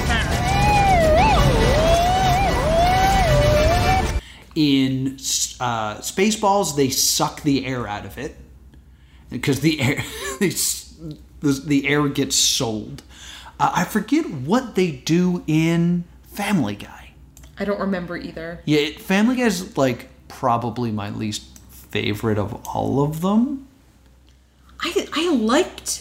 In uh, Spaceballs, they suck the air out of it because the air they, s- the, the air gets sold. Uh, I forget what they do in Family Guy. I don't remember either. Yeah, it, Family Guy is like probably my least favorite of all of them. I I liked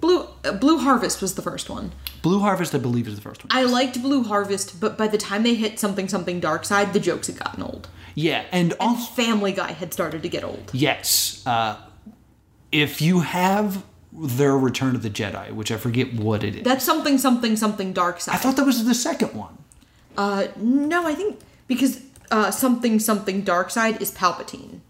Blue uh, Blue Harvest was the first one. Blue Harvest, I believe, is the first one. I liked Blue Harvest, but by the time they hit something something dark side, the jokes had gotten old. Yeah, and also Family Guy had started to get old. Yes. Uh, if you have their Return of the Jedi, which I forget what it is. That's something something something dark side. I thought that was the second one. Uh no, I think because uh something something dark side is Palpatine.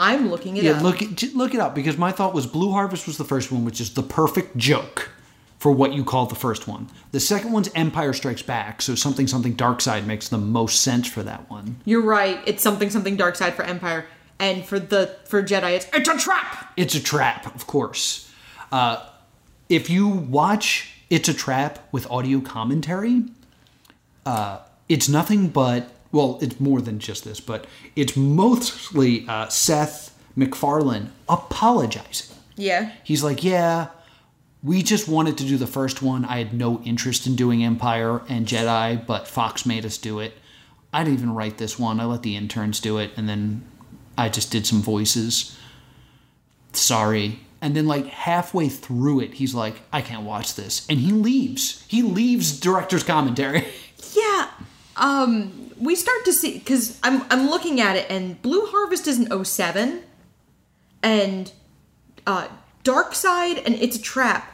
I'm looking it yeah, up. look it j- look it up because my thought was Blue Harvest was the first one, which is the perfect joke for what you call the first one. The second one's Empire Strikes Back, so something something Dark Side makes the most sense for that one. You're right. It's something something dark side for Empire and for the for Jedi it's it's a trap. It's a trap, of course. Uh, if you watch It's a Trap with audio commentary, uh, it's nothing but, well, it's more than just this, but it's mostly uh, Seth MacFarlane apologizing. Yeah. He's like, yeah, we just wanted to do the first one. I had no interest in doing Empire and Jedi, but Fox made us do it. I didn't even write this one. I let the interns do it, and then I just did some voices. Sorry. And then, like, halfway through it, he's like, I can't watch this. And he leaves. He leaves director's commentary. Yeah. Um we start to see cuz I'm I'm looking at it and Blue Harvest is an 07 and uh Dark Side and It's a Trap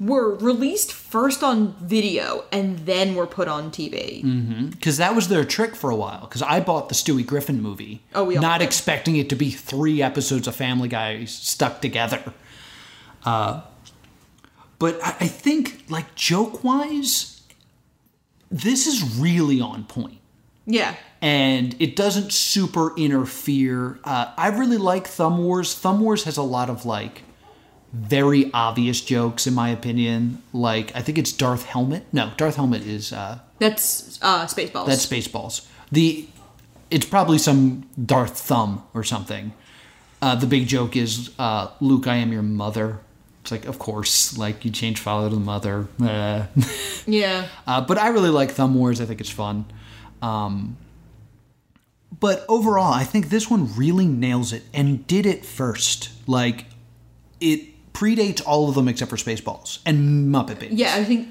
were released first on video and then were put on TV. Mm. Because that was their trick for a while. Because I bought the Stewie Griffin movie, Oh, we all not did. expecting it to be three episodes of Family Guy stuck together. Uh, but I, I think, like joke wise, this is really on point, Yeah. and it doesn't super interfere. Uh, I really like Thumb Wars. Thumb Wars has a lot of like very obvious jokes, in my opinion. Like I think it's Darth Helmet. No, Darth Helmet is. Uh, That's uh Spaceballs. that's Spaceballs. The it's probably some Darth Thumb or something. Uh, the big joke is uh, Luke, I am your mother. It's like, of course, like you change father to mother. Uh. Yeah. Uh, but I really like Thumb Wars. I think it's fun. Um, but overall, I think this one really nails it and did it first. Like it predates all of them except for Spaceballs and Muppet Babies. Yeah, I think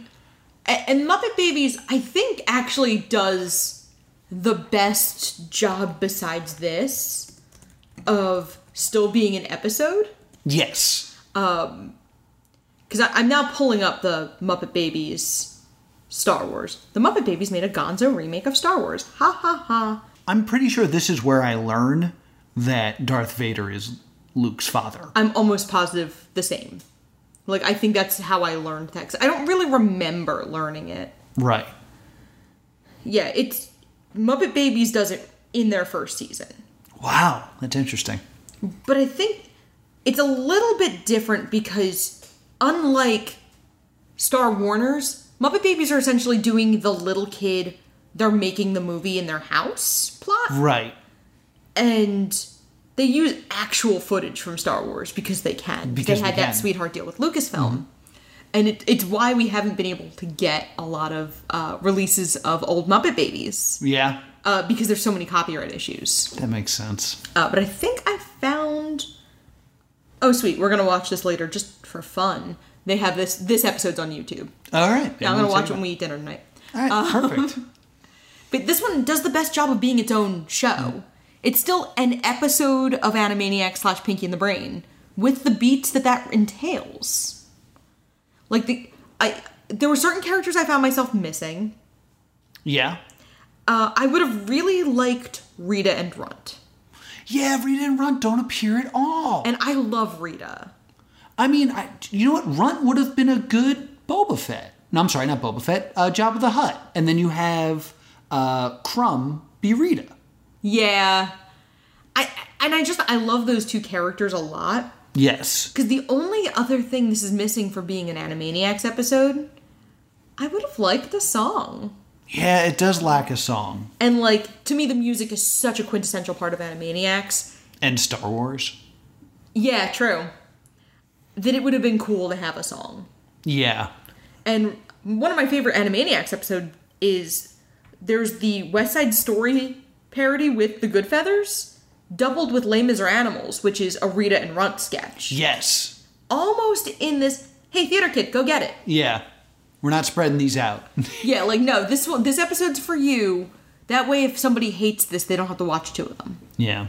A- And Muppet Babies, I think, actually does the best job besides this of still being an episode. Yes. Um, because I'm now pulling up the Muppet Babies Star Wars. The Muppet Babies made a Gonzo remake of Star Wars. Ha ha ha. I'm pretty sure this is where I learn that Darth Vader is Luke's father. I'm almost positive the same. Like, I think that's how I learned that. 'cause I don't really remember learning it. Right. Yeah, it's Muppet Babies does it in their first season. Wow, that's interesting. But I think it's a little bit different because unlike Star Warner's, Muppet Babies are essentially doing the little kid, they're making the movie in their house plot. Right. And they use actual footage from Star Wars because they can. Because they had we can. Mm-hmm. that sweetheart deal with Lucasfilm. And it, it's why we haven't been able to get a lot of uh, releases of old Muppet Babies Yeah, uh, because there's so many copyright issues. that makes sense. Uh, but I think I found. Oh, sweet! We're gonna watch this later just for fun. They have this. This episode's on YouTube. All right. Yeah, I'm gonna watch it when we Uh-huh." eat dinner tonight. All right, perfect. But this one does the best job of being its own show. It's still an episode of Animaniac slash Pinky and the Brain with the beats that that entails. Like the I there were certain characters I found myself missing. Yeah. Uh, I would have really liked Rita and Runt. Yeah, Rita and Runt don't appear at all. And I love Rita. I mean, I, you know what? Runt would have been a good Boba Fett. No, I'm sorry, not Boba Fett. Uh, Jabba the Hutt. And then you have uh, Crumb be Rita. Yeah. I and I just I love those two characters a lot Yes. because the only other thing this is missing for being an Animaniacs episode, I would have liked the song. Yeah, it does lack a song. And like to me the music is such a quintessential part of Animaniacs. And Star Wars. Yeah, true. That it would have been cool to have a song. Yeah. And one of my favorite Animaniacs episode is there's the West Side Story parody with the Good Feathers, doubled with Les Mis are Animals, which is a Rita and Runt sketch. Yes. Almost in this, hey theater kid, go get it. Yeah. We're not spreading these out. Yeah, like no, this one, this episode's for you. That way, if somebody hates this, they don't have to watch two of them. yeah.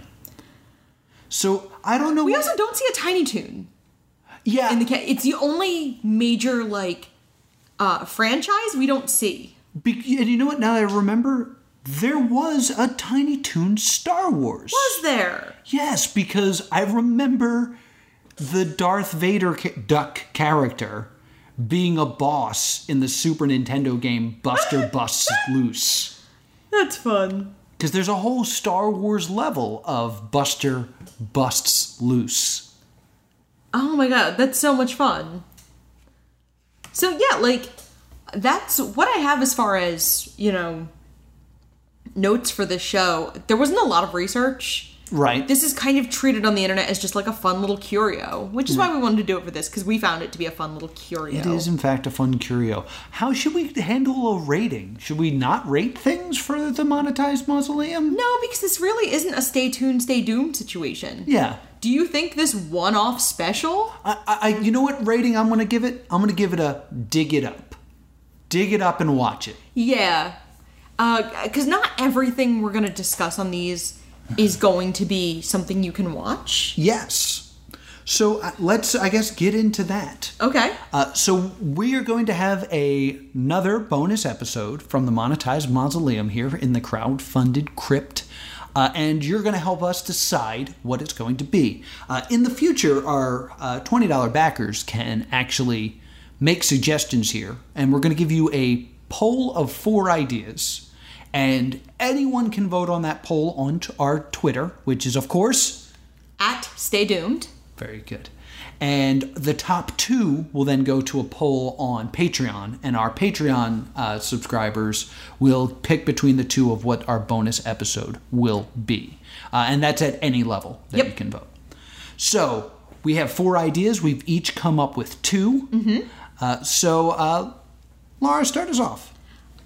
So I don't know. We also don't see a Tiny Toon. Yeah, in the ca- it's the only major like uh franchise we don't see. Be- and you know what? Now that I remember, there was a Tiny Toon Star Wars. Was there? Yes, because I remember the Darth Vader ca- duck character being a boss in the Super Nintendo game Buster Busts Loose. That's fun. Because there's a whole Star Wars level of Buster Busts Loose. Oh my god, that's so much fun. So yeah, like that's what I have as far as, you know, notes for this show. There wasn't a lot of research. Right. This is kind of treated on the internet as just like a fun little curio, which is why we wanted to do it for this because we found it to be a fun little curio. Hmm. It is, in fact, a fun curio. How should we handle a rating? Should we not rate things for the monetized mausoleum? No, because this really isn't a stay tuned, stay doomed situation. Yeah. Do you think this one off special? I, I, I- you know what rating I'm gonna give it? I'm gonna give it a dig it up, dig it up and watch it. Yeah. Because not everything we're going to discuss on these is going to be something you can watch. Yes. So uh, let's, I guess, get into that. Okay. Uh, so we are going to have a, another bonus episode from the monetized mausoleum here in the crowd-funded crypt. Uh, and you're going to help us decide what it's going to be. Uh, in the future, our uh, $20 backers can actually make suggestions here, and we're going to give you a poll of four ideas. And anyone can vote on that poll on t- our Twitter, which is, of course, At Stay Doomed. very good. And the top two will then go to a poll on Patreon, and our Patreon uh, subscribers will pick between the two of what our bonus episode will be. Uh, and that's at any level that you can vote. So we have four ideas. We've each come up with 2 Mm-hmm. Uh, so, uh, Laura, start us off.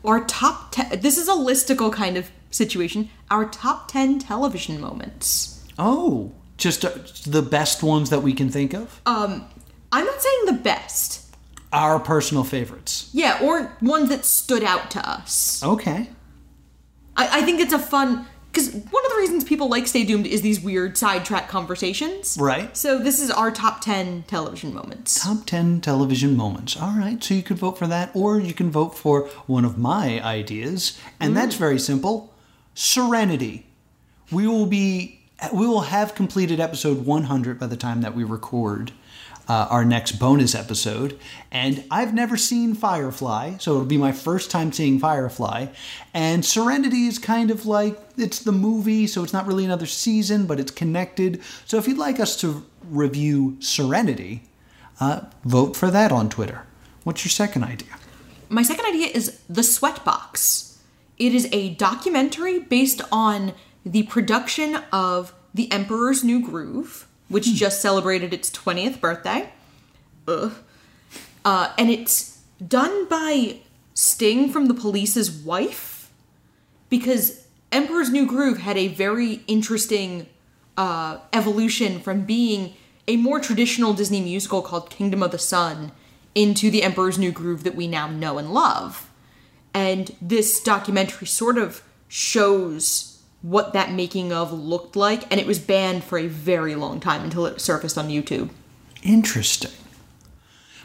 Our top 10. This is a listicle kind of situation. Our top 10 television moments. Oh, just uh, the best ones that we can think of? Um, I'm not saying the best. our personal favorites. Yeah, or ones that stood out to us. Okay. I, I think it's a fun because one of the reasons people like Stay Doomed is these weird sidetrack conversations. Right. So this is our top ten television moments. Top 10 television moments. All right, so you could vote for that, or you can vote for one of my ideas, and that's very simple Serenity. We will be. We will have completed episode 100 by the time that we record uh, our next bonus episode. And I've never seen Firefly, so it'll be my first time seeing Firefly. And Serenity is kind of like it's the movie, so it's not really another season, but it's connected. So if you'd like us to review Serenity, uh, vote for that on Twitter. What's your second idea? My second idea is The Sweatbox. It is a documentary based on the production of The Emperor's New Groove, which just celebrated its 20th birthday. Ugh. Uh, and it's done by Sting from the police's wife because Emperor's New Groove had a very interesting uh, evolution from being a more traditional Disney musical called Kingdom of the Sun into the Emperor's New Groove that we now know and love. And this documentary sort of shows what that making of looked like, and it was banned for a very long time until it surfaced on YouTube. Interesting.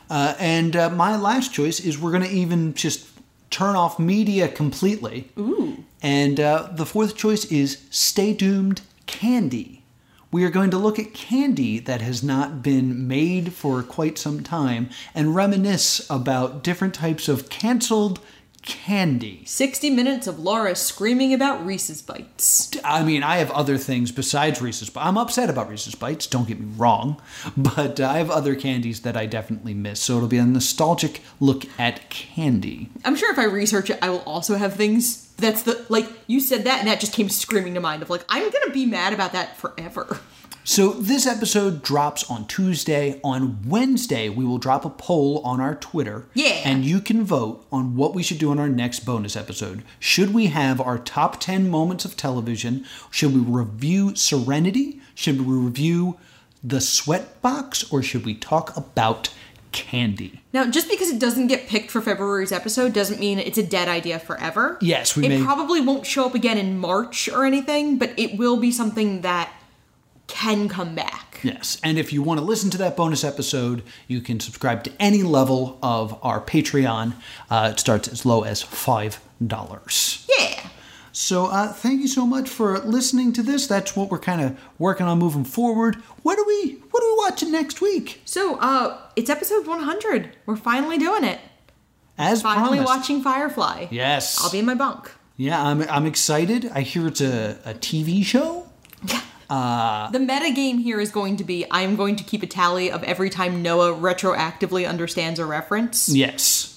Uh, and uh, my last choice is we're going to even just turn off media completely. Ooh. And uh, the fourth choice is Stay Doomed Candy. We are going to look at candy that has not been made for quite some time and reminisce about different types of canceled candy. 60 minutes of Laura screaming about Reese's Bites. I mean, I have other things besides Reese's. But I'm upset about Reese's Bites. Don't get me wrong, but uh, I have other candies that I definitely miss. So it'll be a nostalgic look at candy. I'm sure if I research it, I will also have things. That's the, like, you said that and that just came screaming to mind of like, I'm gonna be mad about that forever. So this episode drops on Tuesday. On Wednesday, we will drop a poll on our Twitter. Yeah. And you can vote on what we should do on our next bonus episode. Should we have our top 10 moments of television? Should we review Serenity? Should we review The Sweatbox? Or should we talk about candy? Now, just because it doesn't get picked for February's episode doesn't mean it's a dead idea forever. Yes, we it may- probably won't show up again in March or anything, but it will be something that can come back. Yes. And if you want to listen to that bonus episode, you can subscribe to any level of our Patreon. Uh, it starts as low as $5. Yeah. So uh, thank you so much for listening to this. That's what we're kind of working on moving forward. What are we what are we watching next week? So, uh, it's episode 100. We're finally doing it. As Finally promised. watching Firefly. Yes. I'll be in my bunk. Yeah, I'm I'm excited. I hear it's a, a TV show. Uh, The meta game here is going to be I'm going to keep a tally of every time Noah retroactively understands a reference. Yes.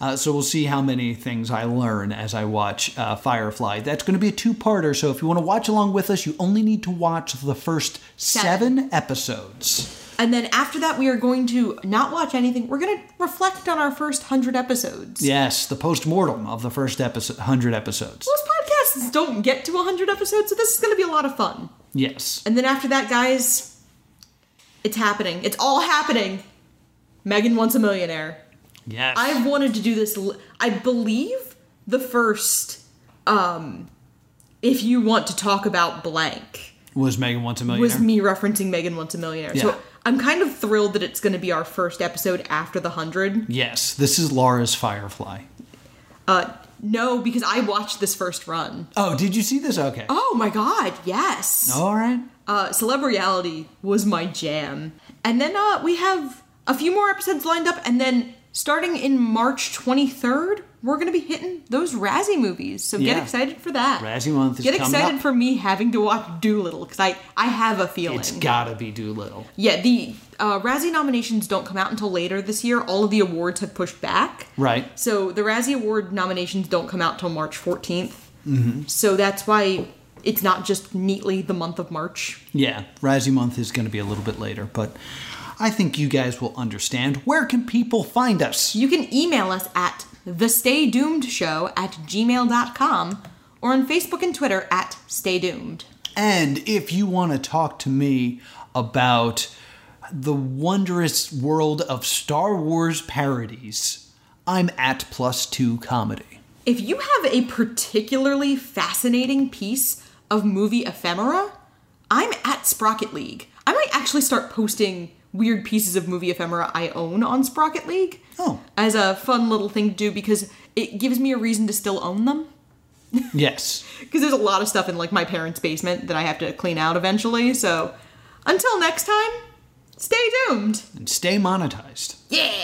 Uh, so we'll see how many things I learn as I watch uh, Firefly. That's going to be a two-parter. So if you want to watch along with us, you only need to watch the first seven, episodes. And then after that, we are going to not watch anything. We're going to reflect on our first 100 episodes. Yes, the postmortem of the first episode, hundred episodes. Most podcasts don't get to 100 episodes, so this is going to be a lot of fun. Yes. And then after that, guys, it's happening. It's all happening. Megan wants a millionaire. Yes. I've wanted to do this. l- I believe the first, um, if you want to talk about blank, Was Megan once a millionaire? was me referencing Megan Wants a Millionaire. Yeah. So I'm kind of thrilled that it's going to be our first episode after the 100. Yes, this is Laura's Firefly. Uh, no, because I watched this first run. Oh, did you see this? Okay. Oh my god, yes. All right. Uh, Celebriality was my jam. And then uh, we have a few more episodes lined up, and then starting in March 23rd, we're going to be hitting those Razzie movies. So Yeah. get excited for that. Razzie month is Get coming excited up. for me having to watch Doolittle, because I, I have a feeling. It's gotta be Doolittle. yeah, the uh, Razzie nominations don't come out until later this year. All of the awards have pushed back. Right. So the Razzie Award nominations don't come out till March 14th. Mm-hmm. So that's why it's not just neatly the month of March. Yeah, Razzie Month is going to be a little bit later, but I think you guys will understand. Where can people find us? You can email us at the Stay Doomed Show at gmail.com or on Facebook and Twitter at Stay Doomed. And if you want to talk to me about the wondrous world of Star Wars parodies, I'm at plus two comedy. If you have a particularly fascinating piece of movie ephemera, I'm at Sprocket League. I might actually start posting weird pieces of movie ephemera I own on Sprocket League. Oh. As a fun little thing to do because it gives me a reason to still own them. Yes. Because there's a lot of stuff in like my parents' basement that I have to clean out eventually. So until next time, stay doomed. And stay monetized. Yeah!